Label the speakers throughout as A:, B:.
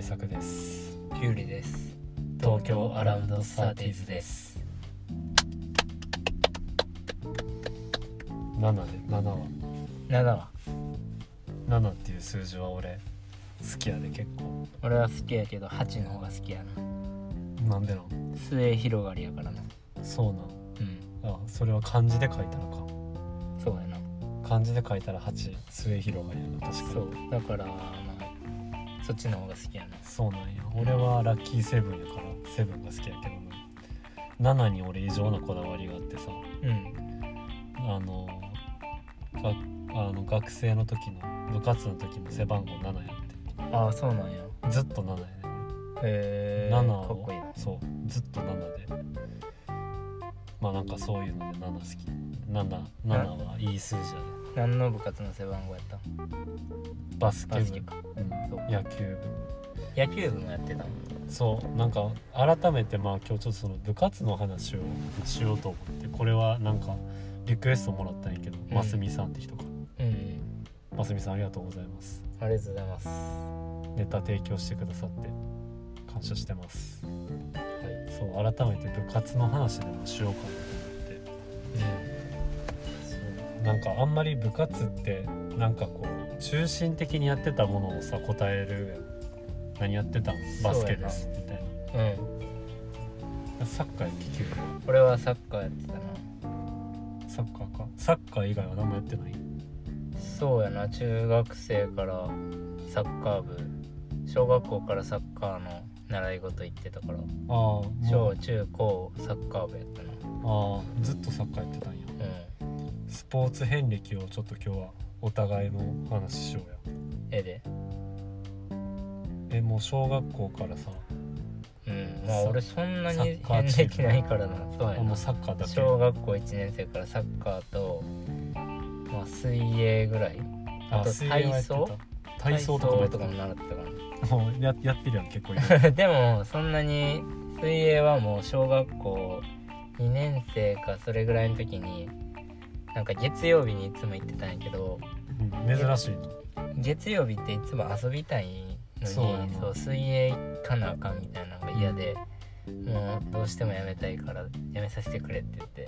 A: 作です
B: キュウリです
A: 東京アラウンドサーティーズです7で7は
B: 7は
A: 7っていう数字は俺好きやで結構
B: 俺は好きやけど8の方が好きやな
A: なんでなん
B: 末広がりやからな
A: そう
B: うん
A: なんあそれは漢字で書いたの
B: そうやな
A: か漢字で書いたら8末広がりやな確か
B: そ
A: に
B: うだからまあそっちの方が好きやな
A: そうなんや俺はラッキーセブンやからセブンが好きやけどな7に俺異常なこだわりがあってさ
B: うん
A: あのがあの学生の時の部活の時も背番号7やっ
B: ああそうなんや
A: てずっと7やね
B: へえ
A: 7
B: かっ
A: を
B: こいいな
A: そうずっと7でまあなんかそういうので7好き77はいい数字やね
B: 何の部活の背番号やった
A: バスケ
B: バ
A: 部
B: スケか
A: うん
B: そう
A: 野球
B: 野球部もやってたもん
A: 部そうなんか改めてまあ今日ちょっとその部活の話をしようと思ってこれはなんかリクエストもらったんやけど、
B: ん
A: ますみさんって人から
B: うん
A: ますみさんありがとうございます
B: ありがとうございます
A: ネタ提供してくださって感謝してます、
B: い
A: そう改めて部活の話でもしようかなと思ってなんかあんまり部活ってなんかこう中心的にやってたものをさ答えるやん何やってたんバスケですみたい
B: うん
A: なサッカーやっけ球
B: 俺はサッカーやってたな
A: サッカーかサッカー以外は何もやってない
B: そうやな中学生からサッカー部小学校からサッカーの習い事行ってたから
A: ああもう
B: 小中高サッカー部やったな
A: ああずっとサッカーやってたんや
B: うん
A: スポーツ遍歴をちょっと今日はお互いの話しようや
B: ええで
A: えもう小学校からさ
B: うんまあ
A: そう
B: 俺そんな
A: サ
B: に
A: ッカ
B: 変
A: ーチーム
B: 歴ないからなそう
A: あ
B: や
A: も
B: な
A: うサッカーだけ
B: 小学校1年生からサッカーと、まあ、水泳ぐらいあと
A: 水泳はやってた
B: 体操
A: 体操とかもやって
B: 体操とかも習ってたから
A: たもうややってるやん結構いる
B: でもそんなに水泳はもう小学校2年生かそれぐらいの時になんか月曜日にいつも行ってたんやけど
A: うん珍しいな
B: 月曜日っていつも遊びたいのに
A: そうやな
B: そう水泳行かなあかんみたいなのが嫌で、もうどうしてもやめたいからやめさせてくれって言って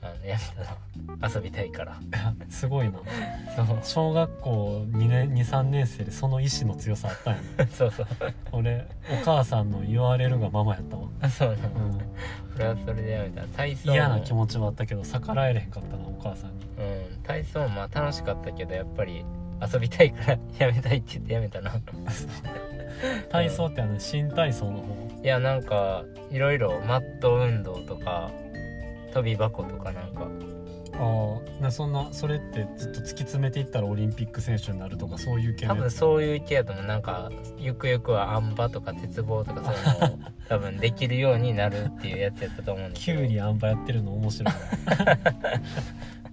B: あのやめたの遊びたいから
A: すごいな
B: そう
A: 小学校2年23年生でその意志の強さあったんやな
B: そうそう
A: 俺お母さんの言われるがままやったわ、
B: あそうな
A: う
B: の
A: ん、
B: 俺はそれでやめた体操も
A: 嫌な気持ちはあったけど逆らえれへんかったなお母さ んに
B: うん、体操もまあ楽しかったけどやっぱり遊びたいから やめたいって言ってやめたない
A: 体操ってあの新体操の方
B: やなんかいろいろマット運動とか跳び箱とかなんか
A: ああなそんなそれってずっと突き詰めていったらオリンピック選手になるとかそういう系
B: 多
A: のや
B: 分
A: つ
B: そういう系やと思うなんかゆくゆくはあん馬とか鉄棒とかそういうのを多分できるようになるっていうやつやったと思うんだ
A: キ
B: けど
A: ュウリあんばやってるの面 白い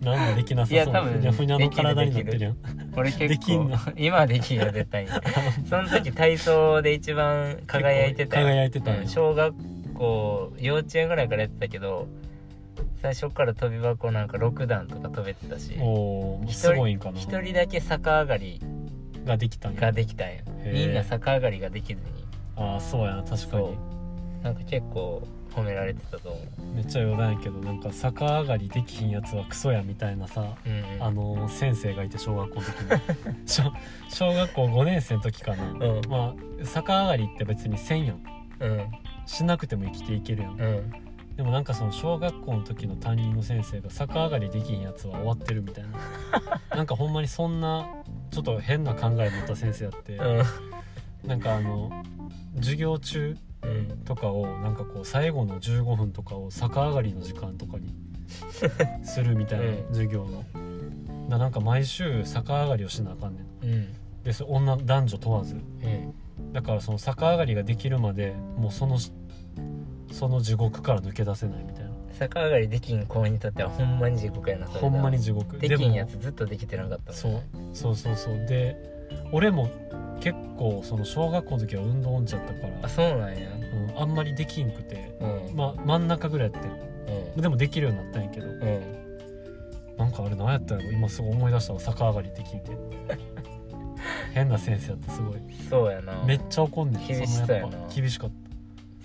A: ななんもできなさ
B: いや
A: そう
B: 多分
A: ふにゃふにゃの
B: できる
A: 体になってるやん
B: 俺結構
A: できんの
B: 今はできんよ絶 対にその時体操で一番輝いてたよ
A: 輝いてたん
B: う
A: や
B: ん小学校幼稚園ぐらいからやってたけど最初から飛び箱なんか6段とか飛べてたし
A: おー
B: 一人
A: すごいんかな
B: 一人だけ逆上がり
A: ができたんや
B: ができたんや
A: え
B: みんな逆上がりができずに
A: ああそうやな確か
B: そ
A: に
B: うなんか結構褒められてたと思う
A: めっちゃ余談やけどなんか逆上がりできひんやつはクソやみたいなさ
B: うん
A: あのー先生がいて小学校の時 に小小学校5年生の時かな
B: うん
A: まあ逆上がりって別にせんやん
B: うん
A: しなくても生きていけるやん
B: うん
A: でもなんかその小学校の時の担任の先生が逆上がりできんやつは終わってるみたい ななんかほんまにそんなちょっと変な考え持った先生やって、
B: うん
A: なんかあの授業中
B: うん
A: とかをなんかこう最後の15分とかを逆上がりの時間とか にするみたいな
B: うん
A: 授業の、ななんか毎週逆上がりをしなあかんねん
B: うん
A: でそれ女男女問わず
B: うん
A: だからその逆上がりができるまでもうそのその地獄から抜け出せないみたいな
B: 逆上がりできん子にとってはほんまに地獄やなそれ
A: ほ
B: なん
A: まに地獄
B: できんや
A: も
B: つずっとできてなかった
A: そ
B: もん
A: うそうそうそうで俺も結構その小学校の時は運動音痴だったから
B: あ、そうなんや
A: うん、あんまりできんくて、
B: うん
A: まあ、真ん中ぐらいやって
B: うん
A: んでもできるようになったんやけど
B: うん
A: なんかあれ何やったんやろ今すぐ思い出したわ逆上がりって聞いてへ変な先生やったすごい
B: そうやな
A: めっちゃ怒んねん
B: 厳し
A: そ
B: さ
A: の
B: や
A: や
B: な
A: っぱ厳しかっ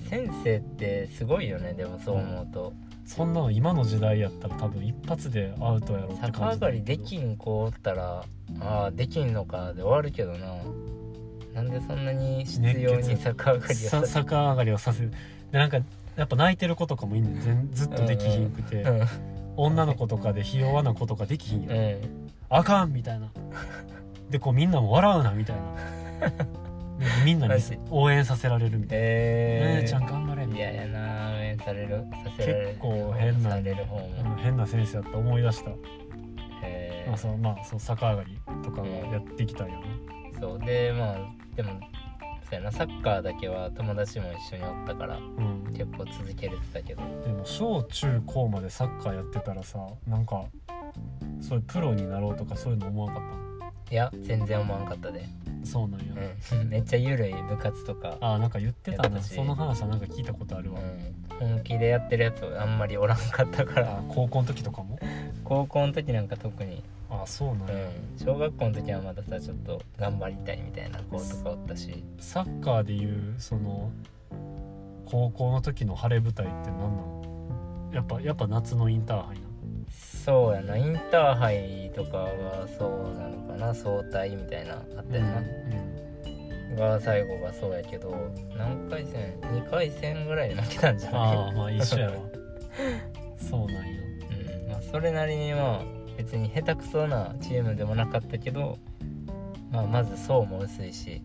A: た
B: 先生ってすごいよねでもそう思うと
A: そんなの今の時代やったら多分一発でアウトやろって
B: 逆
A: 感
B: 上
A: じ
B: がりできん子おったらああできんのかで終わるけどななんでそんなに必要に逆上がりを
A: さ
B: させ
A: 逆上がりをさせるでなんかやっぱ泣いてる子とかもいんねん全ずっとできひんくて、
B: うん
A: 女の子とかでひ弱な子とかできひんよ、
B: うん
A: あかんみたいなでこうみんなも笑うなみたい なでみんなに
B: マジ
A: 応援させられるみたいな「
B: えー、
A: 姉ちゃん頑張れ」みた
B: 嫌
A: いな
B: やな応援されるさせられる
A: 結構変な
B: される方も、
A: うん変な先生やった思い出した、
B: え
A: ま
B: ー
A: あそのまあその逆上がりとかはやってきたよね、
B: そうでまあでもそうやなサッカーだけは友達も一緒におったから
A: うん、
B: 結構続けれてたけど
A: でも小中高までサッカーやってたらさなんかそういうプロになろうとかそういうの思わなかっ
B: いや全然思わんかったで、
A: たそうなんや、
B: うん、 めっちゃゆるい部活とか、
A: あーなんか言ってた
B: や
A: な
B: ったし
A: その話はなんか聞いたことある
B: う
A: わ、
B: ん、本気でやってるやつあんまりおらんかったから
A: あー高校の時とかも
B: 高校の時なんか特に、
A: あーそうなん
B: う
A: や、
B: ん、小学校の時はまださちょっと頑張りたいみたいな子とかおったし
A: サッカーでいうその高校の時の晴れ舞台って何なのやっぱやっぱ夏のインターハイなの
B: そうやなインターハイとかがそうなのかな早退みたいなあったよな、
A: うん
B: が最後がそうやけど何回戦2回戦ぐらいで負けたんじゃない
A: ああまあ一緒や わそうなんや
B: うんまあ、それなりにまあ別に下手くそなチームでもなかったけど、まあ、まず層も薄いし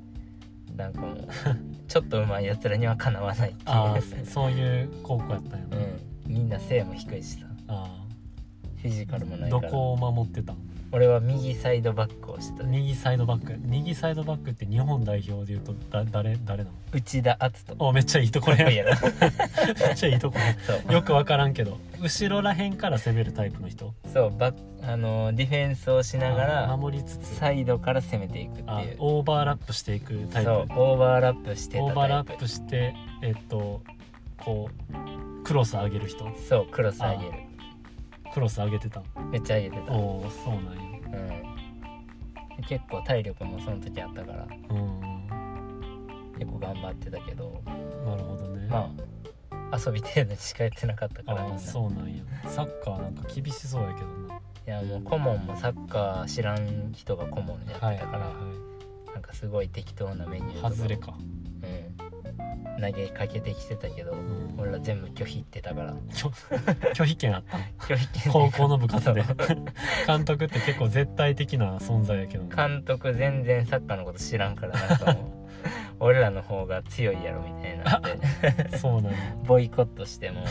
B: なんかもう ちょっと上手いやつらにはかなわないっていう
A: ああそういう高校やったんやな、
B: うん、みんな背も低いしさ
A: あ
B: フィジカルもな
A: あ
B: いか
A: ど
B: ら
A: こを守ってたん
B: 俺は右サイドバックをしてた
A: 右サイドバック右サイドバックって日本代表でいうとだ誰誰な
B: 内田篤人
A: のおめっちゃいいところや
B: かっこいいやろ
A: めっちゃいいところ
B: そう
A: よく分からんけど後ろらへんから攻めるタイプの人
B: そうバッあのディフェンスをしなが
A: あ
B: ら
A: 守りつつ
B: サイドから攻めていくっていう
A: あオーバーラップしていくタイプ
B: そうオーバーラップしてたタイプ
A: オーバーラップしてえっとこうクロス上げる人
B: そうクロス上げる
A: クロス上げてた
B: めっちゃ上げてた、
A: おおそうなんや
B: うん、結構体力もその時あったから
A: うん
B: 結構頑張ってたけど
A: なるほどね
B: まあ遊び程度にしかやってなかったから
A: あ
B: みんな
A: あそうなんやサッカーなんか厳しそうやけどない
B: やもう顧問もサッカー知らん人が顧問やってたから、
A: はいは
B: なんかすごい適当なメニュ
A: い
B: ー
A: は
B: と
A: い
B: か
A: 外れか
B: うん、投げかけてきてたけど、
A: ん
B: 俺ら全部拒否ってた から
A: 拒 拒否権あった
B: 拒否権
A: 高校の部活で
B: そう
A: 監督って結構絶対的な存在やけどね
B: 監督全然サッカーのこと知らんからなんか もう俺らの方が強いやろみたいになって
A: そうなんや
B: ボイコットしても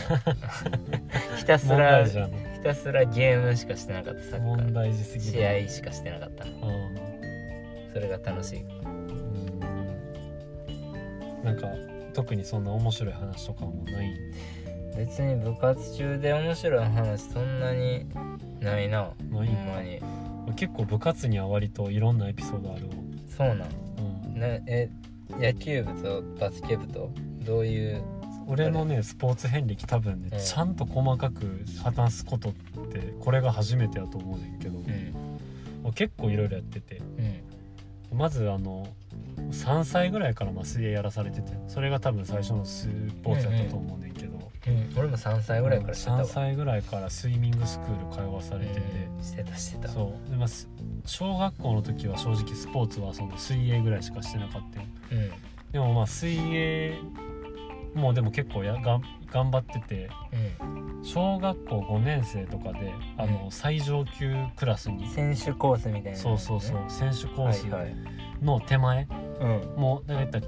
B: ひたす
A: 問
B: ら
A: 題じ
B: ひ
A: ゃん
B: たすらゲームしかしてなかったサッカ
A: 問
B: ー
A: 題児すぎ
B: 試
A: る
B: 合しかしてなかった
A: うん
B: それが楽しい
A: うんなんか特にそんな面白い話とかもない
B: 別に部活中で面白い話そんなにないな
A: な
B: ほ
A: いん
B: ん
A: か
B: まに
A: 結構部活には割といろんなエピソードあるわ、
B: そうなん
A: うん、
B: なえ野球部とバスケ部とどういう
A: 俺のねスポーツ遍歴多分ね、
B: うん
A: ちゃんと細かく話すことってこれが初めてやと思うねんけど、
B: うん
A: 結構いろいろやってて
B: うん
A: まずあの3歳ぐらいからまあ水泳やらされててそれが多分最初のスポーツやったと思うねんけど、
B: うん、俺も3歳ぐらいからしてたわ
A: 3歳ぐらいからスイミングスクール通わされてて、
B: うんしてたしてた
A: そうで、まあ、す小学校の時は正直スポーツはその水泳ぐらいしかしてなかったよ
B: うん
A: でもまあ水泳もうでも結構やがん頑張ってて小学校5年生とかであの、
B: うん
A: 最上級クラス
B: う
A: に
B: ん、選手コースみたいな、ね、
A: そうそうそう選手コース
B: はいはい
A: の手前、
B: うん
A: もうだから言ったら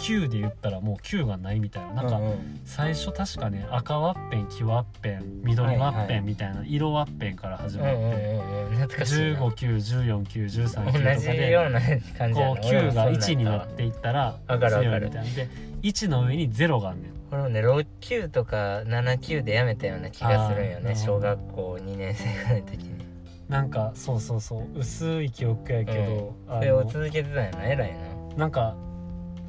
A: 9で言ったらもう9がないみたいななんか、
B: うんうん
A: 最初確かね赤ワッペン黄ワッペン緑ワッ
B: はいは
A: ペ
B: い
A: ンみたいな色ワッペンから始
B: うん
A: ま
B: う
A: って、
B: んうんうん懐かしいな
A: 15級14級13級
B: 同
A: とか
B: じ
A: で
B: ような感じや
A: こ
B: な
A: う9が1にな
B: っ
A: っていったら
B: わかるわか
A: 強い
B: る
A: みたいなんで1の上に0があんねん
B: 俺もね6級とか7級でやめたような気がするんよ
A: あー
B: ね小学校2年生ぐらいの時に
A: なんかそうそうそう薄い記憶やけど、
B: そ
A: あ
B: れを
A: の
B: 続けてたんやな偉いな
A: なんか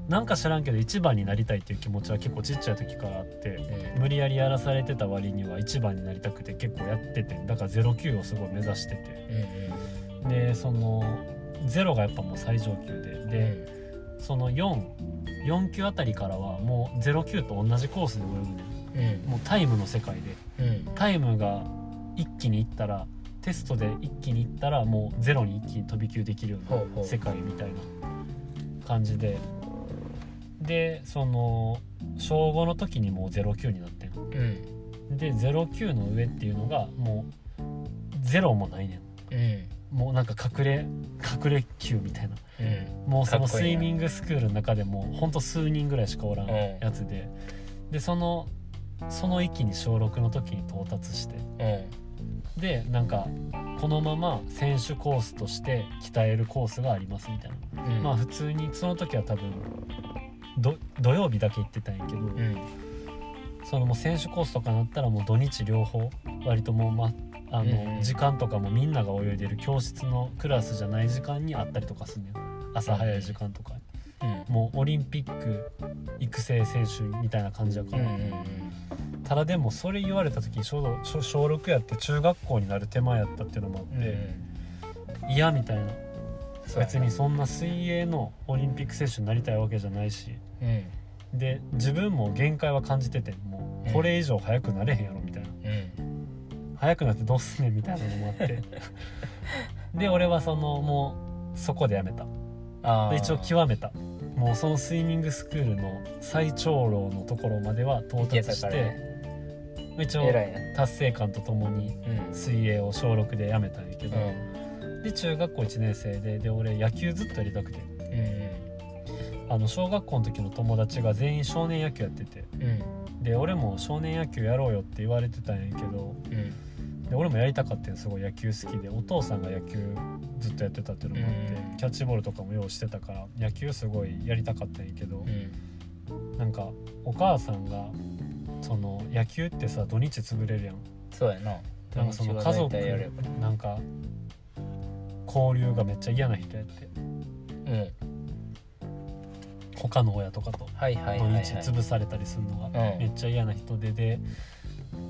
A: なんか知らんけど1番になりたいっていう気持ちは結構ちっちゃい時からあって
B: うん
A: 無理やりやらされてた割には1番になりたくて結構やっててだから09をすごい目指してて
B: うんうん
A: でその0がやっぱもう最上級で
B: う
A: で、その44級あたりからはもう0級と同じコースで泳ぐね
B: んうん
A: んもうタイムの世界で
B: うん
A: タイムが一気にいったらテストで一気にいったらもうゼロに一気に飛び級できるよう
B: ほうほ
A: な
B: う
A: 世界みたいな感じででその小5の時にもうゼロ級になってん
B: うん
A: でゼロ級の上っていうのがもうゼロもないね
B: うん
A: んもうなんか隠れ隠れ級みたいな
B: うん
A: もうその
B: かっこ
A: ス
B: いい
A: イ
B: な
A: ミングスクールの中でもほんと数人ぐらいしかおらん
B: うん
A: やつででそのその域に小6の時に到達して
B: うん
A: でなんかこのまま選手コースとして鍛えるコースがありますみたいな、
B: うん
A: まあ普通にその時は多分ど土曜日だけ行ってたんやけど、
B: うん
A: そのもう選手コースとかになったらもう土日両方割ともう、ま、あ
B: うんう
A: の
B: ん
A: 時間とかもみんなが泳いでる教室のクラスじゃない時間にあったりとかするのよ朝早い時間とかに
B: うん
A: もうオリンピック育成選手みたいな感じやか
B: うん
A: ら、
B: うん
A: ただでもそれ言われた時に小小小6やって中学校になる手前やったっていうのもあ
B: うんう
A: っ
B: ん
A: て。嫌みたいな
B: そうやな
A: 別にそんな水泳のオリンピック選手になりたいわけじゃないし
B: うん
A: で自分も限界は感じてても
B: うん
A: うこれ以上速くなれへんやろみたいな
B: うん
A: 速くなってどうすんねんみたいなのもあって で俺はそのもうそこでやめた
B: あ
A: で
B: ー
A: 一応極めたもうそのスイミングスクールの最長老のところまでは到達
B: いけた
A: し
B: から
A: て
B: ね
A: 一応
B: 偉いな
A: 達成感とともに
B: うん
A: 水泳を小6でやめたんやけど、
B: うん
A: で中学校1年生でで俺野球ずっとやりたくて
B: うん
A: あの小学校の時の友達が全員少年野球やってて
B: うん
A: で俺も少年野球やろうよって言われてたんやけど
B: うん
A: で俺もやりたかったんすごい野球好きでお父さんが野球ずっとやってたっていうのもあって、
B: うん
A: キャッチボールとかもようしてたから野球すごいやりたかったんやけど
B: う、ん
A: なんかお母さんがその野球ってさ土日潰れるやん
B: そうやな
A: なんかその家
B: 土日は大
A: 族
B: 体やれば
A: なんか交流がめっちゃ嫌な人やって
B: うん
A: 他の親とかと
B: はいはい
A: 土
B: はいはい
A: 日潰されたりするのが
B: うん
A: めっちゃ嫌な人でで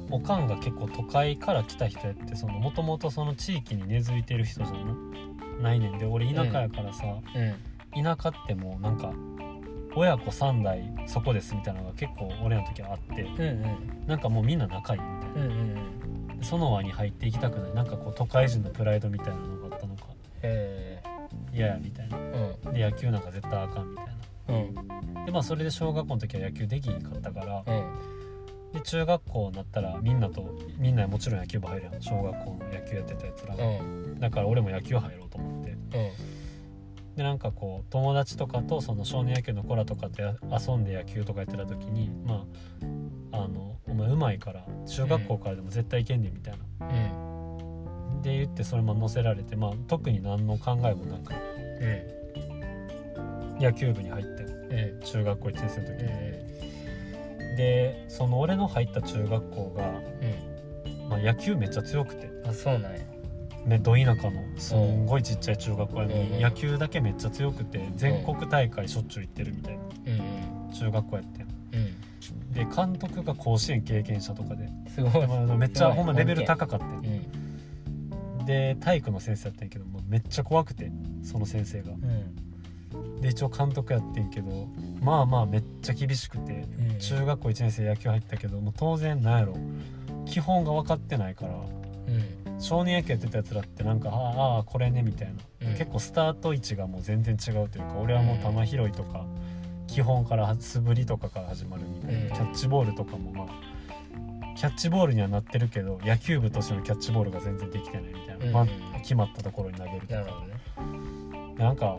A: おかんが結構都会から来た人やってもともとその地域に根付いてる人じゃなないねんで俺田舎やからさ、
B: うん
A: 田舎ってもうなんか親子3代そこですみたいなのが結構俺の時はあって
B: うん
A: なんかもうみんな仲いいみたい
B: うんうんうんうん
A: なでその輪に入っていきたくないなんかこう都会人のプライドみたいなのがあったのか
B: え
A: 嫌やみたいな
B: ー
A: で野球なんか絶対あかんみたい
B: うんうん
A: なでまあそれで小学校の時は野球できひんかったから
B: うん
A: で中学校になったらみんなとみんなもちろん野球部入るやん小学校の野球やってたやつら
B: う
A: が、
B: ん
A: だから俺も野球入ろうと思って
B: うん
A: でなんかこう友達とかとその少年野球の子らとかとや遊んで野球とかやってた時にまああのお前うまいから中学校からでも絶対いけんねんみたいな、
B: うん
A: で言ってそれも乗せられてまあ特に何の考えもなく
B: う
A: 野球部に入って
B: んうん
A: 中学校1年生の時に、
B: うん
A: でその俺の入った中学校が、
B: うん
A: まあ、野球めっちゃ強くて
B: あそうなんや
A: ね、ど田舎のすんごいちっちゃい中学校やの
B: うん
A: に野球だけめっちゃ強くて全国大会しょっちゅう行ってるみたいな
B: うん
A: 中学校やってん
B: うん
A: で監督が甲子園経験者とかで
B: うんすごい
A: まあめっちゃほんまレベル
B: い
A: 高かった
B: うんん
A: で体育の先生やったんやけどもうめっちゃ怖くてその先生が
B: うん
A: で一応監督やってんけどまあまあめっちゃ厳しくて
B: うん
A: 中学校1年生野球入ったけどもう当然なんやろ基本が分かってないから
B: うん
A: 少年野球やってたやつらってなんかああああこれねみたいな
B: うん
A: 結構スタート位置がもう全然違うというか俺はもう球拾いとか基本から素振りとかから始まるみたいな、
B: うん
A: キャッチボールとかもまあキャッチボールにはなってるけど野球部としてのキャッチボールが全然できてないみたいな、
B: うん
A: まあ決まったところに投げるとか
B: なるほどね
A: でなんか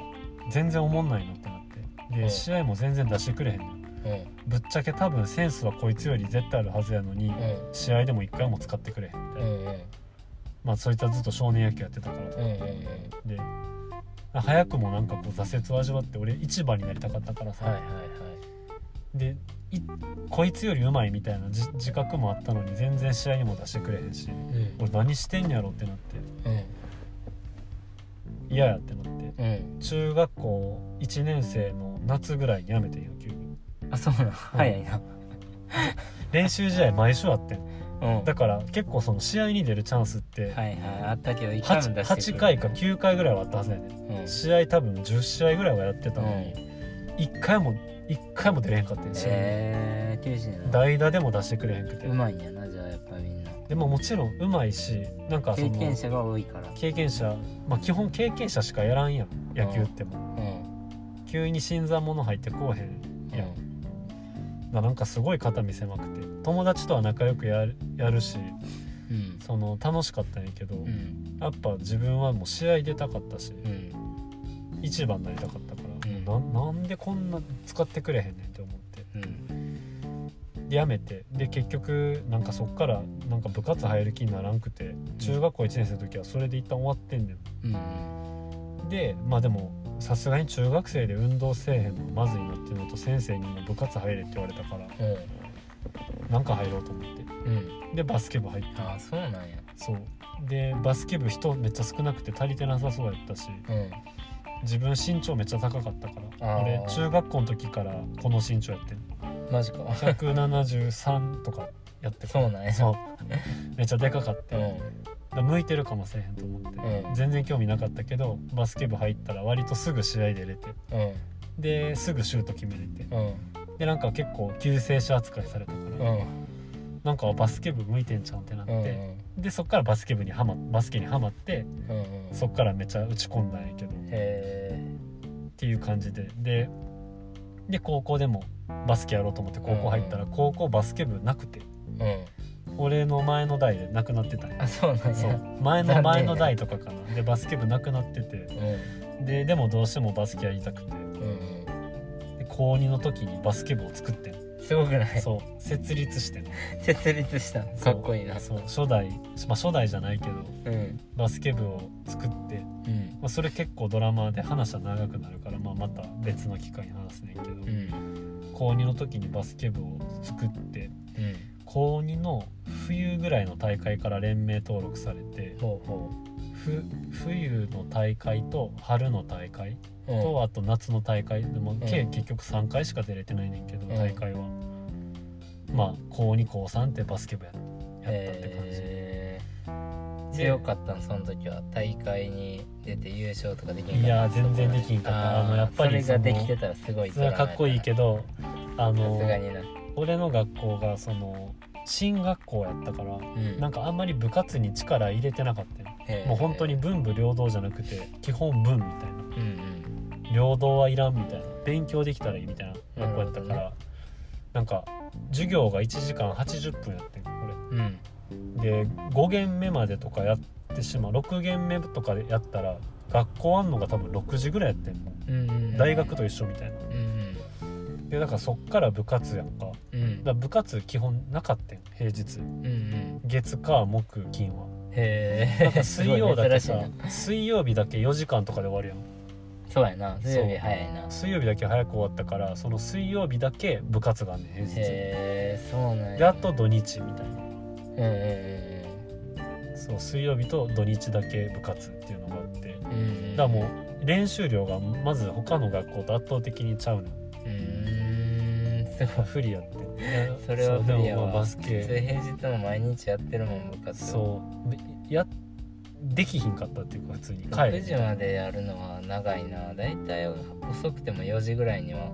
A: 全然おもんないなってなってで、
B: うん
A: 試合も全然出してくれへんねんぶっちゃけ多分センスはこいつより絶対あるはずやのに、
B: うん
A: 試合でも一回も使ってくれへんみたいな、
B: うんうん
A: まあそいつはずっと少年野球やってたからとか
B: うんうんうん
A: で早くもなんかこう挫折を味わって俺市場になりたかったからさ、
B: はいはいはい
A: でいこいつよりうまいみたいな自自覚もあったのに全然試合にも出してくれへんし
B: うん
A: 俺何してんやろってなって嫌やってなって
B: うんうん
A: 中学校1年生の夏ぐらいにやめてん野球部
B: あそうなん早いな
A: 練習試合毎週あってん
B: うん
A: だから結構その試合に出るチャンスって
B: はいはいあったけど一回も
A: 8,
B: 出して
A: 8回か9回ぐらいはあったはずやね
B: うんうん
A: 試合多分10試合ぐらいはやってたのに1回も1回も出れへんかったんですよ
B: えー、九州の
A: 代打でも出してくれへんくて
B: うまいんやなじゃあやっぱみんな
A: でももちろんうまいしなんかそ
B: 経
A: の
B: 験者が多いから
A: 経験者まあ基本経験者しかやらんやん野球っても
B: うん
A: う急に新参者入ってこうへんいや
B: うん
A: ななんかすごい肩身狭くて友達とは仲良くやるやるし
B: うん
A: その楽しかったんやけど、
B: うん
A: やっぱ自分はもう試合出たかったし
B: うん
A: 一番になりたかったから、
B: うん
A: もうななんでこんな使ってくれへんねんって思って
B: うん
A: でやめてで結局なんかそっからなんか部活入る気にならんくて中学校1年生の時はそれで一旦終わってんね
B: うん
A: んでまあでもさすがに中学生で運動せえへんのまずいなっていうのと先生にも部活入れって言われたからなんか入ろうと思って
B: うんうん
A: でバスケ部入って
B: ああそうなんや
A: そうでバスケ部人めっちゃ少なくて足りてなさそうやったし
B: うん
A: 自分身長めっちゃ高かったか
B: あ
A: ら
B: ー
A: 俺中学校の時からこの身長やってん
B: マジか
A: 173とかやって
B: そう なんや
A: そうめっちゃでかかって、
B: うん
A: だから向いてるかもしれへんと思って、
B: うん
A: 全然興味なかったけどバスケ部入ったら割とすぐ試合出れて
B: うん
A: ですぐシュート決めれて
B: うん
A: でなんか結構救世主扱いされたから、
B: うん
A: なんかバスケ部向いてんちゃうんってなっ
B: うんうん
A: て、でそっからバスケ部にはまバスケにはまって
B: うんうん
A: そっからめっちゃ打ち込んだんやけど
B: へえ
A: っていう感じででで高校でもバスケやろうと思って高校入ったら高校バスケ部なくて
B: うん
A: 俺の前の代でなくなってたんや
B: あそうなん
A: そう
B: や
A: 前
B: 残念
A: の前の代とかかなでバスケ部なくなってて
B: うん
A: ででもどうしてもバスケやりたくて
B: うん
A: で高2の時にバスケ部を作ってん
B: うんすごくない
A: そう設立してん
B: 設立した
A: そう
B: かっこいいな
A: そう初代まあ初代じゃないけど
B: うん
A: バスケ部を作って、
B: うん
A: まあ、それ結構ドラマで話は長くなるから、まあ、また別の機会に話すねんけど、
B: うん
A: 高2の時にバスケ部を作って
B: うん
A: 高2の冬ぐらいの大会から連盟登録されて
B: ほうほ
A: ふ冬の大会と春の大会
B: ううん
A: とあと夏の大会でも、計
B: うん
A: 結局3回しか出れてないねんけど
B: うん
A: 大会は、まあ高2高3ってバスケ部ややったって感じ、
B: へー
A: で
B: 強かったんその時は大会に出て優勝とかできんかった
A: いや全然できんかった
B: あー
A: あのやっぱり
B: それが
A: その
B: できてたらすごい
A: それはかっこいいけ
B: ど
A: どあ
B: さすが
A: の
B: にな
A: 俺の学校がその進学校やったから
B: うん
A: なんかあんまり部活に力入れてなかったよ
B: へー
A: もう本当に文武両道じゃなくて基本文みたいな
B: うんうん
A: 両道はいらんみたいな勉強できたらいいみたいな学校やったから、
B: な
A: なんか授業が1時間80分やってんこ
B: うん
A: れで5限目までとかやってしまう6限目とかでやったら学校あんのが多分6時ぐらいやってんの
B: うんうん
A: 大学と一緒みたいな
B: うん
A: でだからそっから部活やんかだか
B: うんうん
A: ら部活基本なかったん平日
B: うんうん
A: 月火木金 は
B: へ
A: なん
B: え
A: か水曜 だけさ
B: 珍しいな
A: 水曜日だけ4時間とかで終わるやん
B: そうやな水曜日早いな
A: 水曜日だけ早く終わったからその水曜日だけ部活があんねん平日
B: へえそうなんや
A: であと土日みたいな
B: うんうん
A: そう水曜日と土日だけ部活っていうのがあってだか
B: うんうんうん
A: らもう練習量がまず他の学校と圧倒的にちゃうの
B: うーんすごい
A: 不利やっていや
B: それは
A: う
B: 不利
A: で
B: や
A: もまあ
B: わ
A: バ
B: 普
A: ス
B: 通
A: ケ
B: 平日も毎日やってるもん部活
A: そうでやできひんかったっていうか普通に帰
B: 6
A: る
B: 時までやるのは長いなだいたい遅くても4時ぐらいには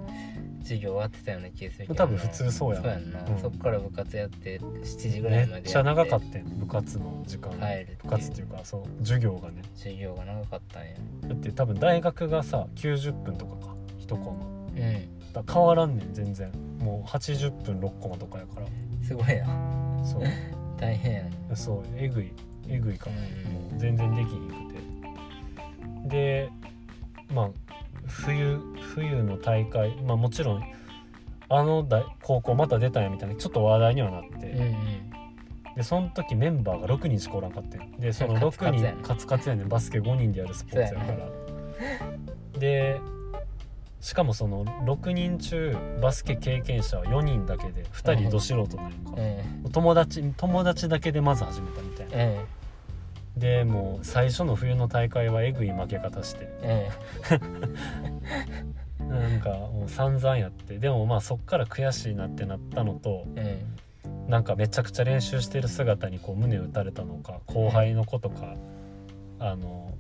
B: 授業終わってたような気がするけどな
A: 多分普通そうやん
B: そうやんな、
A: うん
B: そっから部活やって7時ぐら
A: め
B: いまでや
A: っちゃ長かったよ部活の時間
B: 帰るっていう
A: 部活っていうかそう授業がね
B: 授業が長かったんや
A: だって多分大学がさ90分とかか1コマ
B: うん
A: だから変わらんねん全然もう80分6コマとかやから
B: すごいな
A: そう
B: 大変やな
A: そうえぐいえぐいから
B: うん
A: もう全然できひんくてでまあ冬冬の大会まあもちろんあの大高校また出たんやみたいなちょっと話題にはなって、
B: うんうん
A: でその時メンバーが6人しかおらんかってんでその
B: カツカ
A: 6
B: ツ
A: 人
B: やね
A: カツカツやねんバスケ5人でやるスポーツやからでしかもその6人中バスケ経験者は4人だけで2人ど素人なんやんか、
B: うん
A: 友達友達だけでまず始めたみたいな
B: うん
A: でもう最初の冬の大会はえぐい負け方して
B: うん
A: なんかもう散々やってでもまあそっから悔しいなってなったのと
B: うん
A: なんかめちゃくちゃ練習してる姿にこう胸打たれたのか後輩の子とかあの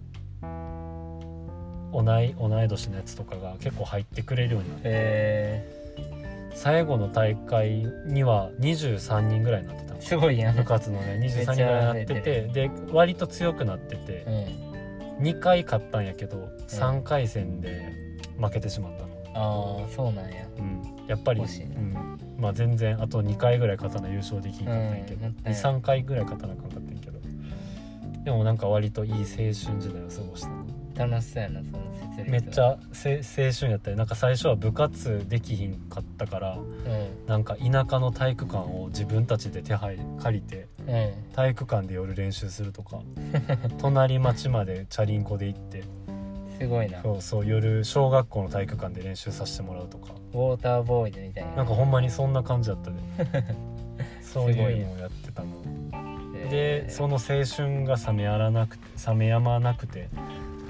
A: 同い同い年のやつとかが結構入ってくれるようになって
B: え
A: 最後の大会には23人ぐらいになってたの
B: ー、すごいやん
A: 部活のね23人ぐらいになっててで割と強くなってて
B: うん
A: 2回勝ったんやけど3回戦で負けてしまったの。
B: ああそうなんや
A: うんやっぱり、う
B: 惜しいなん
A: まあ、全然あと2回ぐらい勝たな優勝できんかったんやけど、
B: うんもったいない
A: 23回ぐらい勝たなあかんかったんやけどでもなんか割といい青春時代を過ごしたな
B: 楽しそうやなその設立
A: めっちゃせ青春やったりなんか最初は部活できひんかったから
B: うん
A: なんか田舎の体育館を自分たちで手配借りて
B: うん
A: 体育館で夜練習すると か隣町までチャリンコで行って
B: すごいなウ
A: そうそう夜小学校の体育館で練習させてもらうとか
B: ォーターボーイズみたいな
A: なんかほんまにそんな感じだったで そう
B: すご
A: い
B: い
A: う
B: ね
A: のをやってたの
B: え
A: で
B: ー
A: その青春が冷めやらなくて冷めやまなくて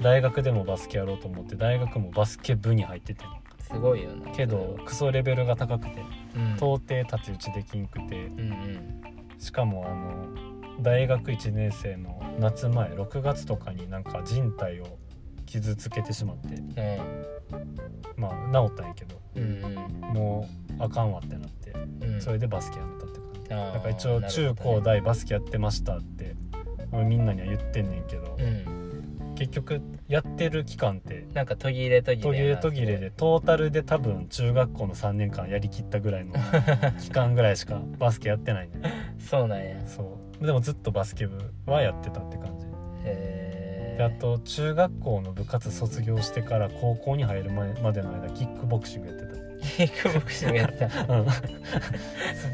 A: 大学でもバスケやろうと思って大学もバスケ部に入ってて
B: すごいよな
A: けどクソレベルが高くて
B: うん
A: 到底太刀打ちできんくて
B: うんうん
A: しかもあの大学1年生の夏前6月とかになんか人体を傷つけてしまって
B: うん
A: まあ治ったんやけど
B: うんうん
A: もうあかんわってなって
B: うん
A: それでバスケやめたって感じ。
B: あー
A: なんか一応中高大バスケやってましたって俺みんなには言ってんねんけど、
B: なるほどね
A: 結局やってる期間って
B: うんなんか途切れ途切れ
A: 途切れ途切れでトータルで多分中学校の3年間やりきったぐ らいの期間ぐらいしかバスケやってないね
B: そうなんや
A: そうでもずっとバスケ部はやってたって感じ
B: へ
A: であと中学校の部活卒業してから高校に入る前までの間キックボクシングやって
B: キックボクシングやってた
A: たうんス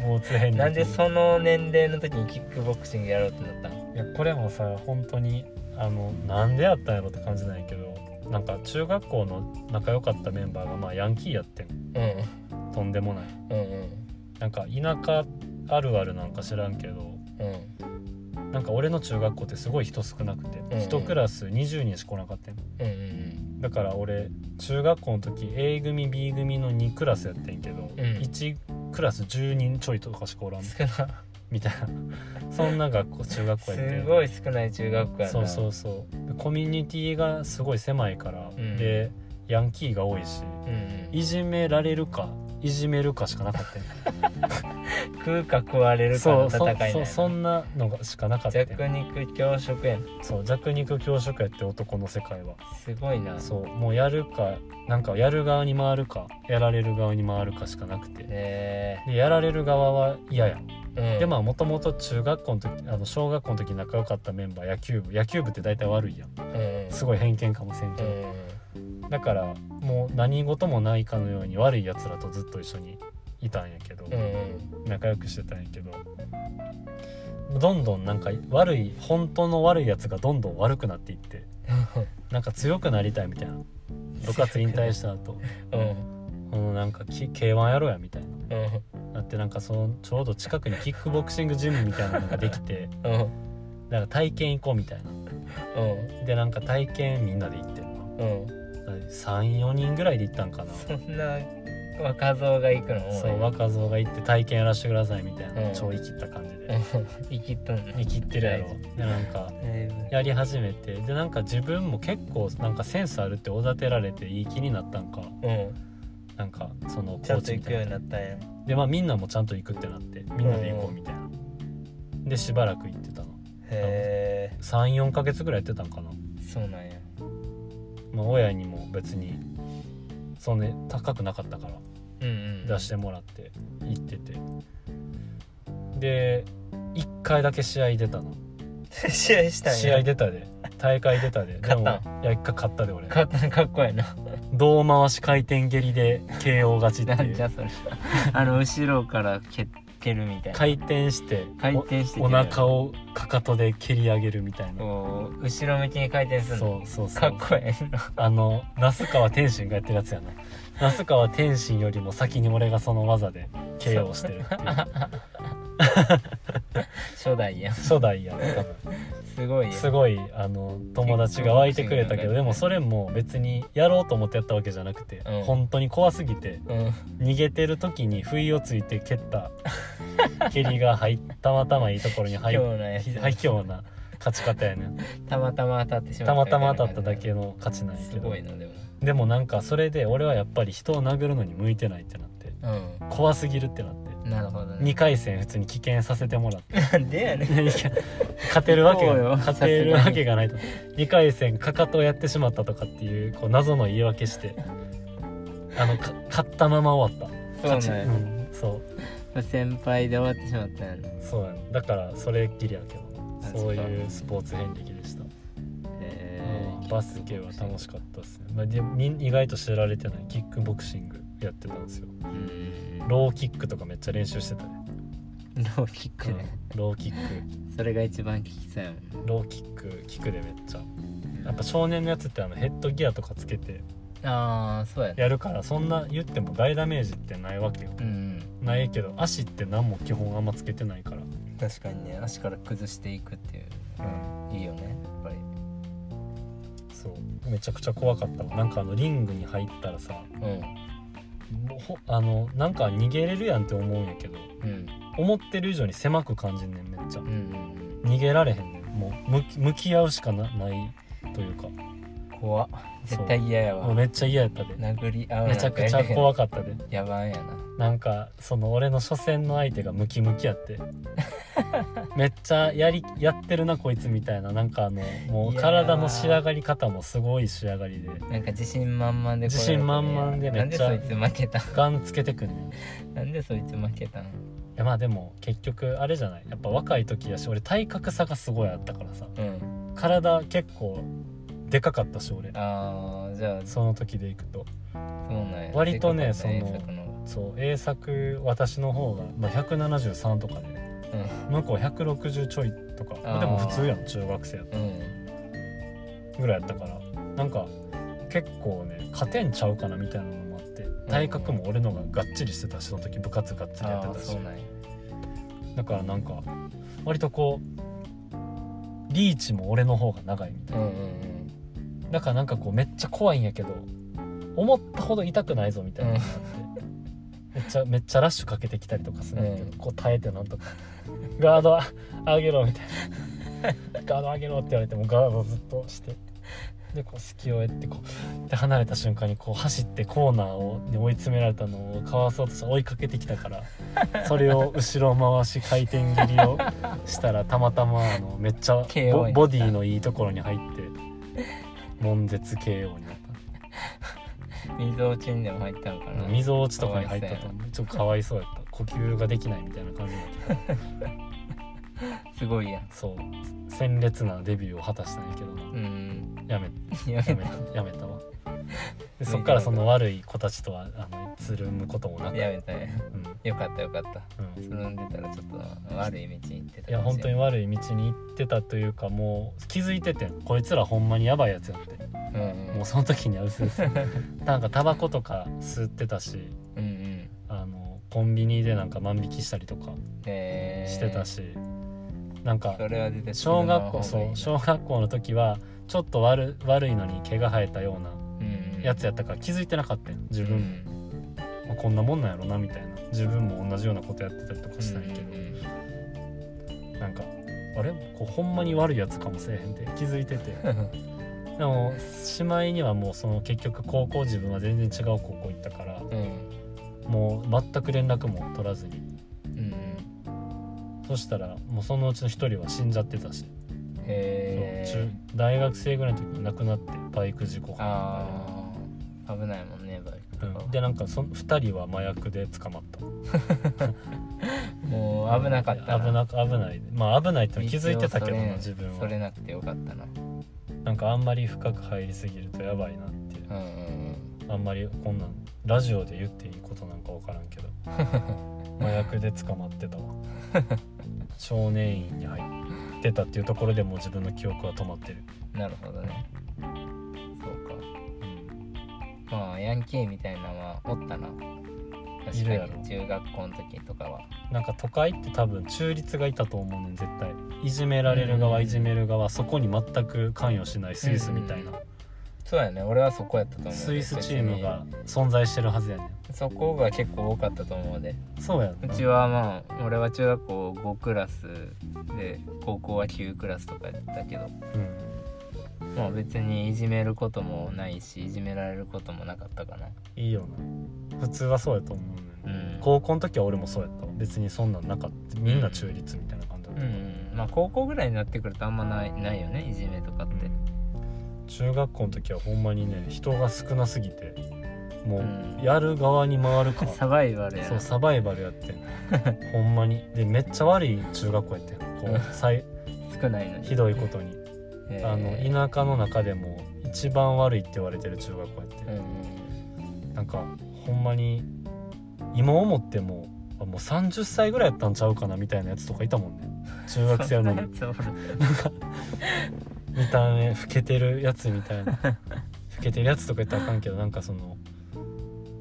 A: ポーツ編
B: なんで
A: そ
B: その年齢の時にキックボクシングやろうってなったの
A: いやこれもさ本当にあのなんでやったんやろって感じなんやけどなんか中学校の仲良かったメンバーがまあヤンキーやってん
B: う
A: とんでもない
B: んうんうん
A: なんか田舎あるあるなんか知らんけど
B: うん
A: なんか俺の中学校ってすごい人少なくて
B: うん
A: 1クラス20人しか来なかったん
B: うんうん
A: だから俺中学校の時 A 組 B 組の2クラスやってんけど、
B: うん
A: 1クラス10人ちょいとかしかおらん
B: 少な
A: みたい なそんな学校中学校やって
B: すごい少ない中学校やな
A: そうそうそうでコミュニティがすごい狭いから、
B: ん
A: でヤンキーが多いし
B: うんうん
A: いじめられるかいじめるかしかなかったよ
B: 食うか食われるか
A: そ
B: の
A: う
B: 戦い
A: そうん
B: なや
A: そうそんなのがしかなかったよ
B: 弱肉強食やん
A: そう弱肉強食やって男の世界は
B: すごいな
A: そうもうやるかなんかやる側に回るかやられる側に回るかしかなくて
B: へ
A: でやられる側は嫌や
B: えうん
A: でまあもともと中学校の時あの小学校の時仲良かったメンバー野球部野球部って大体悪いやん
B: うんうん
A: すごい偏見かもしれんけ
B: う
A: ど、
B: ん
A: だからもう何事もないかのように悪いやつらとずっと一緒にいたんやけど、
B: うんうん
A: 仲良くしてたんやけどどんどんなんか悪い本当の悪いやつがどんどん悪くなっていってなんか強くなりたいみたいな部活引退した後
B: うん
A: うんなんかき K1 やろうやみたいな
B: うん
A: だってなんかそのちょうど近くにキックボクシングジムみたいなのができて
B: うん
A: だから体験行こうみたい
B: うん
A: なでなんか体験みんなで行ってるの
B: うん
A: 34人ぐらいで行ったんかな
B: そんな若造が行くの
A: そう若造が行って体験やらせてくださいみたいな、
B: うん
A: 超生きった感じで
B: うん生きとんの
A: 生きってるやろでなんか
B: だいぶ
A: やり始めてでなんか自分も結構なんかセンスあるっておだてられていい気になったんか
B: うん
A: なんかそのコ
B: ちゃ
A: ー
B: んと
A: チみ
B: 行く
A: た
B: よう
A: い
B: に
A: な
B: なったんや
A: でまあみんなもちゃんと行くってなってみんなで行こうみたいな、でしばらく行ってたの
B: へえ
A: 34ヶ月ぐらいやってたんかな、
B: そうなんや
A: まあ、親にも別にそんな高くなかったから
B: うんうん
A: 出してもらって行っててで1回だけ試合出たの
B: 試合したんや
A: 試合出たで大会出たで
B: 勝ったん
A: でもいや一回勝ったで俺
B: 勝ったのかっこええな
A: 胴回し回転蹴りで KO 勝ちって
B: ないんじゃ
A: う
B: それ あの後ろから蹴蹴るみたいな
A: 回転して
B: 回転して
A: おお腹をかかとで蹴り上げるみたいな
B: こう後ろ向きに回転するの
A: そうそうそ
B: か
A: う
B: っこええな
A: あの那須川天心がやってるやつやな那須川天心よりも先に俺がその技で KO してるっていう
B: 初代やん
A: 初代やね多分
B: すごいよ
A: すごいあの友達が湧いてくれたけ
B: 結構ボクシ
A: ど
B: ングだね
A: でもそれも別にやろうと思ってやったわけじゃなくて、
B: うん
A: 本当に怖すぎて
B: うん
A: 逃げてる時に不意をついて蹴った蹴りが入ったまたまいいところに入
B: 卑
A: っ
B: 怯なやつ
A: 卑怯な勝ち方やねん
B: たまたま当たってしま
A: た
B: っ
A: ま
B: た
A: たま当たっただけの勝ちなんや
B: す
A: けど
B: ごいなでも
A: でもなんかそれで俺はやっぱり人を殴るのに向いてないってなって
B: う
A: 怖すぎるってなって
B: んなるほどね
A: 2回戦普通に棄権させてもらって
B: なんでやねん
A: いや勝てるわけ
B: そうよ
A: が勝てるわけがないと2回戦かかとをやってしまったとかっていうこう謎の言い訳してあのか勝ったまま終わった
B: そう
A: 勝ち
B: なんや
A: うんそう
B: 先輩で終わってしまったんやな
A: そうやねだからそれっきりやけ
B: あ
A: どそういうスポーツ遍歴でした、
B: え
A: うん
B: ー
A: バスケは楽しかったですね、まあ、でみん意外と知られてないキックボクシングやってたんですよ
B: うんロ
A: ローキックとかめっちゃ練習してたね、
B: ーキッ
A: う
B: ク
A: ん
B: ね
A: ローキック
B: それが一番効きそうやもん
A: ローキックキックでめっちゃやっぱ少年のやつってあのヘッドギアとかつけて
B: ああそうやね
A: やるからそんな言っても大ダメージってないわけよ
B: うん
A: ないけど足って何も基本あんまつけてないから、
B: 確かにね足から崩していくっていういいよねやっぱり
A: そうめちゃくちゃ怖かったわなんかあのリングに入ったらさ
B: う
A: もうほあのなんか逃げれるやんって思うんやけど
B: んうん
A: 思ってる以上に狭く感じんねんめっちゃ
B: うんうん
A: 逃げられへんねんもう向き向き合うしかなないというか
B: うん怖っ絶対嫌や
A: もう
B: わ
A: めっちゃ嫌やったで
B: 殴り合う
A: めちゃくちゃ
B: い
A: 怖かったで
B: やばんやな
A: なんかその俺の初戦の相手がムキムキやってめっちゃやりやってるなこいつみたいななんかあのもう
B: いやー
A: 体の仕上がり方もすごい仕上がりで
B: なんか自信満々で来られてね
A: 自信満々でめっちゃ
B: なんでそいつ負けた
A: ガンつけてくんね
B: なんでそいつ負けたの
A: いやまあでも結局あれじゃないやっぱ若い時やし俺体格差がすごいあったからさ
B: うん
A: 体結構でかかったし俺
B: ああじゃあそ
A: その時でいくと
B: うなんや
A: 割とね
B: でかかった
A: そ
B: の
A: そう A 作私の方が、まあ、173とかで、ね、向こう160ちょいとか
B: あー
A: でも普通やん中学生やったら
B: うん
A: ぐらいやったからなんか結構ね勝てんちゃうかなみたいなのもあって体格も俺のががっちりしてたしその時部活がっつりや
B: あ
A: って
B: あ
A: た
B: そ
A: し
B: うなんや
A: だからなんか割とこうリーチも俺の方が長いみた
B: うんうん
A: いだからなんかこうめっちゃ怖いんやけど思ったほど痛くないぞみたいなのがあって、めっちゃめっちゃラッシュかけてきたりとかするんやけど、
B: うん
A: こう耐えてなんとかガード上げろみたいなガード上げろって言われてもガードずっとしてでこう隙を得てこうで離れた瞬間にこう走ってコーナーをに追い詰められたのをかわそうとして追いかけてきたから それを後ろ回し回転蹴りをしたらたまたまあのめっちゃ
B: KO
A: ボ
B: になった
A: ボディのいいところに入って悶絶 KO になっ
B: うん水落ちにでも入ったのか
A: た
B: な
A: 溝落ちとかに入ったと思うちょっとかわいそうやった呼吸ができないみたいな感じだった
B: すごいやん
A: そう鮮烈なデビューを果たしたんやけどな
B: うん
A: やめ
B: や
A: や
B: め
A: めたやめたわでそっからその悪い子たちとはあのつるむこともな
B: た
A: く、
B: やめたね
A: うん
B: よかったよかった
A: うん、
B: つるんでたらちょっと悪い道に行ってた
A: いや本当に
B: に
A: 悪い道に行ってたというかもう気づいててんこいつらほんまにやばいやつやって
B: うん
A: もうその時にはうすう すなんかタバコとか吸ってたし
B: うんうん
A: あのコンビニでなんか万引きしたりとか
B: えー
A: してたし、なんか
B: それは出て
A: 小学校そう小学校の時はちょっと悪悪いのに毛が生えたようなやつやったから気づいてなかったん自分も、
B: も
A: まあこんなもんなんやろなみたいな自分も同じようなことやってたりとかしたんやけど、
B: け
A: なんかあれこうほんまに悪いやつかもしれへんって気づいてて
B: ど
A: でもしまいにはもうその結局高校自分は全然違う高校行ったから
B: うん
A: もう全く連絡も取らずに
B: うん
A: そしたらもうそのうちの一人は死んじゃってたし、
B: へ
A: そう
B: え
A: 中大学生ぐらいの時に亡くなってバイク事故かなんか
B: あー危ないもんねバイク
A: で、
B: とか
A: うんでなんかその2人は麻薬で捕まった
B: もう危なかった
A: 危なく危ないまあ危ないって気づいてたけど
B: 道
A: な
B: を
A: 自分
B: そ
A: は
B: れなくてよかったな
A: なんかあんまり深く入りすぎるとやばいなっていう
B: うんうん
A: あんまりこんなんラジオで言っていいことなんか分からん けど麻薬で捕まってたわ少年院に入ってたっていうところでもう自分の記憶は止まってる、
B: うんなるほどねそうか
A: うん
B: まあヤンキーみたいなのはおったな確
A: い
B: か
A: るや
B: に
A: ろ
B: 中学校の時とかは
A: なんか都会って多分中立がいたと思うねん絶対いじめられる側
B: うん
A: いじめる側そこに全く関与しないスイスみたいな
B: そうやね俺はそこやったと思うで
A: スイスチームが存在してるはずやねん
B: 別にそこが結構多かったと思うで
A: そうやん
B: う
A: な
B: ちはまあ俺は中学校5クラスで高校は9クラスとかやったけど
A: うん
B: まあ別にいじめることもないしいじめられることもなかったかない
A: いよな普通はそうやと思うねん、
B: うん
A: 高校の時は俺もそうやったわ別にそんなんなかったみんな中立みたいな感じだっ
B: う
A: た、
B: んまあ高校ぐらいになってくるとあんまないないよねいじめとかって
A: 中学校の時はほんまにね人が少なすぎても
B: うん
A: うやる側に回る か
B: サバイバルや
A: そう
B: な
A: サバイバルやって んほんまにでめっちゃ悪い中学校やってんこうさい
B: 少ないのに
A: ひどいことに
B: えー
A: あの田舎の中でも一番悪いって言われてる中学校やって
B: うん
A: ん、
B: うん
A: なんかほんまに今思ってもあもう30歳ぐらいやったんちゃうかなみたいなやつとかいたもんね中学生なのに
B: そんなやつおる
A: 見た目老けてるやつみたいな老けてるやつとか言ったらあかんけどなんかその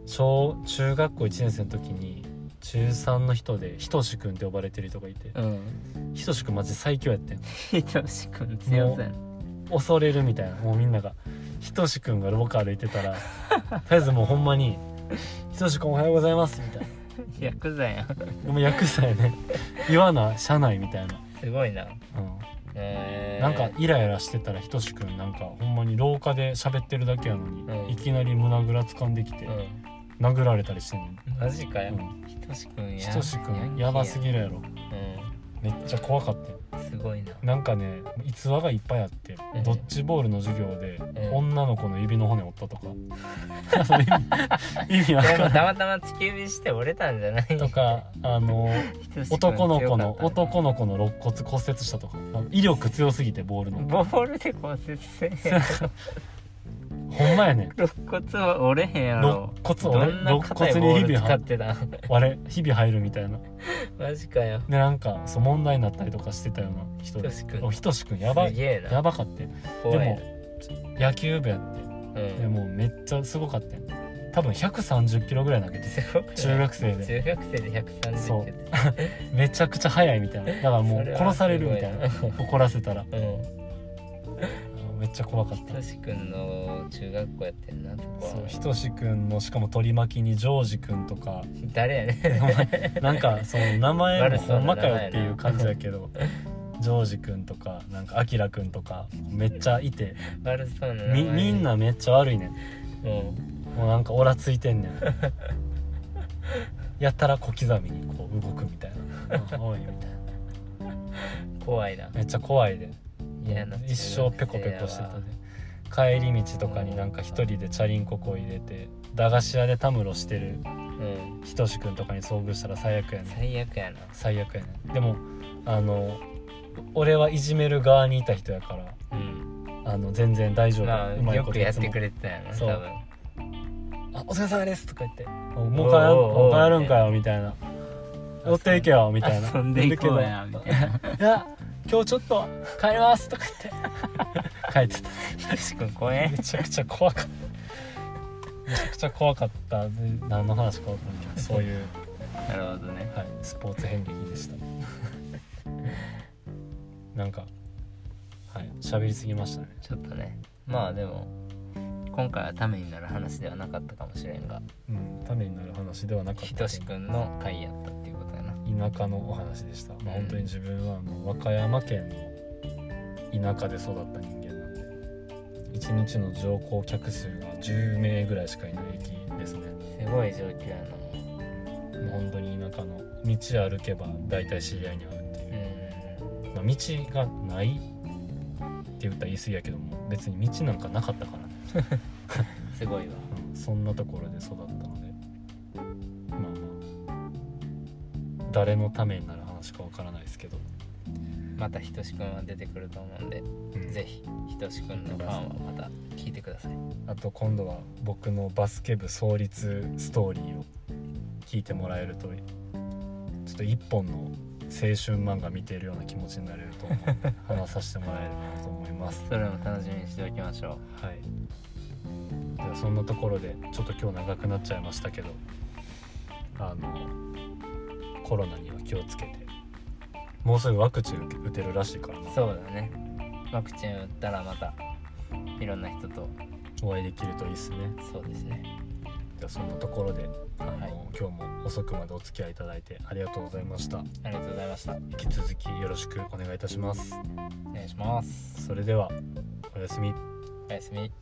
A: 小中学校1年生の時に中3の人でひとしくんって呼ばれてる人がいて
B: うん
A: ひとしくんマジ最強やってん
B: ひとしくん強そうやな
A: 恐れるみたいなもうみんながひとしくんが僕歩いてたらとりあえずもうほんまに「ひとしくんおはようございます」みたいな
B: ヤクザ やん
A: でも役者やね言わな社内みたいな、
B: すごいな
A: うん
B: えー
A: なんかイライラしてたらひとしくんなんかほんまに廊下で喋ってるだけやのに、
B: うん
A: いきなり胸ぐら掴んできて、
B: う
A: 殴られたりしてんの
B: んマジかよ
A: うん
B: ひとしくんや
A: ひとしくんやばすぎるやろめっちゃ怖かったよ
B: うんすごい
A: な
B: な
A: んかね逸話がいっぱいあって、
B: ええ
A: ドッジボールの授業で、
B: ええ
A: 女の子の指の骨折ったとか 意味意味わ
B: で
A: から
B: も
A: ない
B: たまたま突き指して折れたんじゃない
A: とかあ の
B: ひとしくん強かった
A: 男の子の
B: な
A: 男の子の肋骨骨折したとかあの威力強すぎてボールの
B: ボールで骨 折せえやろ
A: ほんまやねん
B: 肋骨は折れへんや
A: 肋
B: ろ
A: 骨
B: ど
A: 俺
B: んな
A: 肋
B: 硬
A: 骨
B: いボ
A: に
B: ー
A: ひび
B: ル使
A: は
B: ってた
A: 割れひび入るみたいな
B: マジかよ
A: でなんかそう問題になったりとかしてたような人で
B: ひとしくん
A: おひとしくんやば
B: す
A: い
B: げえな
A: やばかってで
B: 怖い
A: も野球部やって
B: なうん
A: でもうめっちゃすごかったよ多分130キロぐらい投げてて
B: すごくない
A: 中学生で
B: 中学生で
A: そ
B: 130
A: う
B: キロ
A: めちゃくちゃ速いみたいなだからも
B: それ
A: う
B: は
A: 殺されるみたいな
B: すごい
A: 怒らせたら
B: うん
A: めっちゃ怖かっ
B: ひ
A: た
B: としくんの中学校やってんなそこは
A: そうひとしくんのしかも取り巻きにジョージくんと か
B: 誰やねん
A: なんかその名前も
B: 悪そ
A: ほ
B: うんな
A: ま
B: 名前
A: か
B: やな
A: よっていう感じやけどジョージくんとかなんかあきらくんとかめっちゃいて
B: 悪そうな名前
A: みみんなめっちゃ悪いねん
B: うん
A: もうなんかオラついてんね んやったら小刻みにこう動くみたいな「あおい」みたいな
B: 怖いな
A: めっちゃ怖いで
B: 嫌な
A: 一生ペコペコしてたで帰り道とかになんか一人でチャリンコこ入れて駄菓子屋でたむろしてる
B: うん
A: ひとしくんとかに遭遇したら最悪やねん
B: 最悪やな
A: 最悪やねんでもあの俺はいじめる側にいた人やから
B: うん
A: あの全然大丈夫、
B: まあよくやってくれてたよな
A: そう
B: 多分
A: あお疲れ様ですとか言って「もう帰る
B: おーお
A: も
B: ー
A: う帰るんかよ」みたいな「追っていけよ」みたいな
B: 遊んでいこうやみたいな
A: 「いや今日ちょっと帰ります」とか言って 帰ってた
B: ひとしくん怖え
A: めちゃくちゃ怖かっためちゃくちゃ怖かったで何の話か分からんけどそういう、
B: なるほどね
A: はい、スポーツ遍歴でした なんかはい喋りすぎましたね
B: ちょっとねまあでも今回はためになる話ではなかったかもしれんが
A: うんためになる話ではなかった
B: ひとしくんの回やったっていうことやな
A: 田舎のお話でした、まあ、
B: うん
A: 本当に自分はあの和歌山県の田舎で育った人間なんで一日の乗降客数が10名ぐらいしかいない駅ですね
B: すごい状況やなもう
A: もう本当に田舎の道歩けば大体知り合いに会うっていうう、
B: ん
A: まあ、道がないって言ったら言い過ぎやけども別に道なんかなかったからね、
B: すごいわ
A: うんそんなところで育ったのでまあまあ誰のためになる話かわからないですけど、
B: またひとしくんは出てくると思うんで
A: うん
B: ぜひひとしくんのファンはまた聞いてください
A: あと今度は僕のバスケ部創立ストーリーを聞いてもらえるとちょっと一本の青春漫画見ているような気持ちになれると思う話させてもらえればなと思い ます。
B: それも楽しみにしておきましょ
A: はい、ではそんなところでちょっと今日長くなっちゃいましたけどあのコロナには気をつけてもうすぐワクチン打てるらしいからな
B: そうだねワクチン打ったらまたいろんな人と
A: お会いできるといいですね
B: そうですね
A: じゃあそんなところであの、
B: はい
A: 今日も遅くまでお付き合いいただいてありがとうございました
B: ありがとうございました
A: 引き続きよろしくお願いいたします
B: お願いします
A: それではおやすみ
B: おやすみ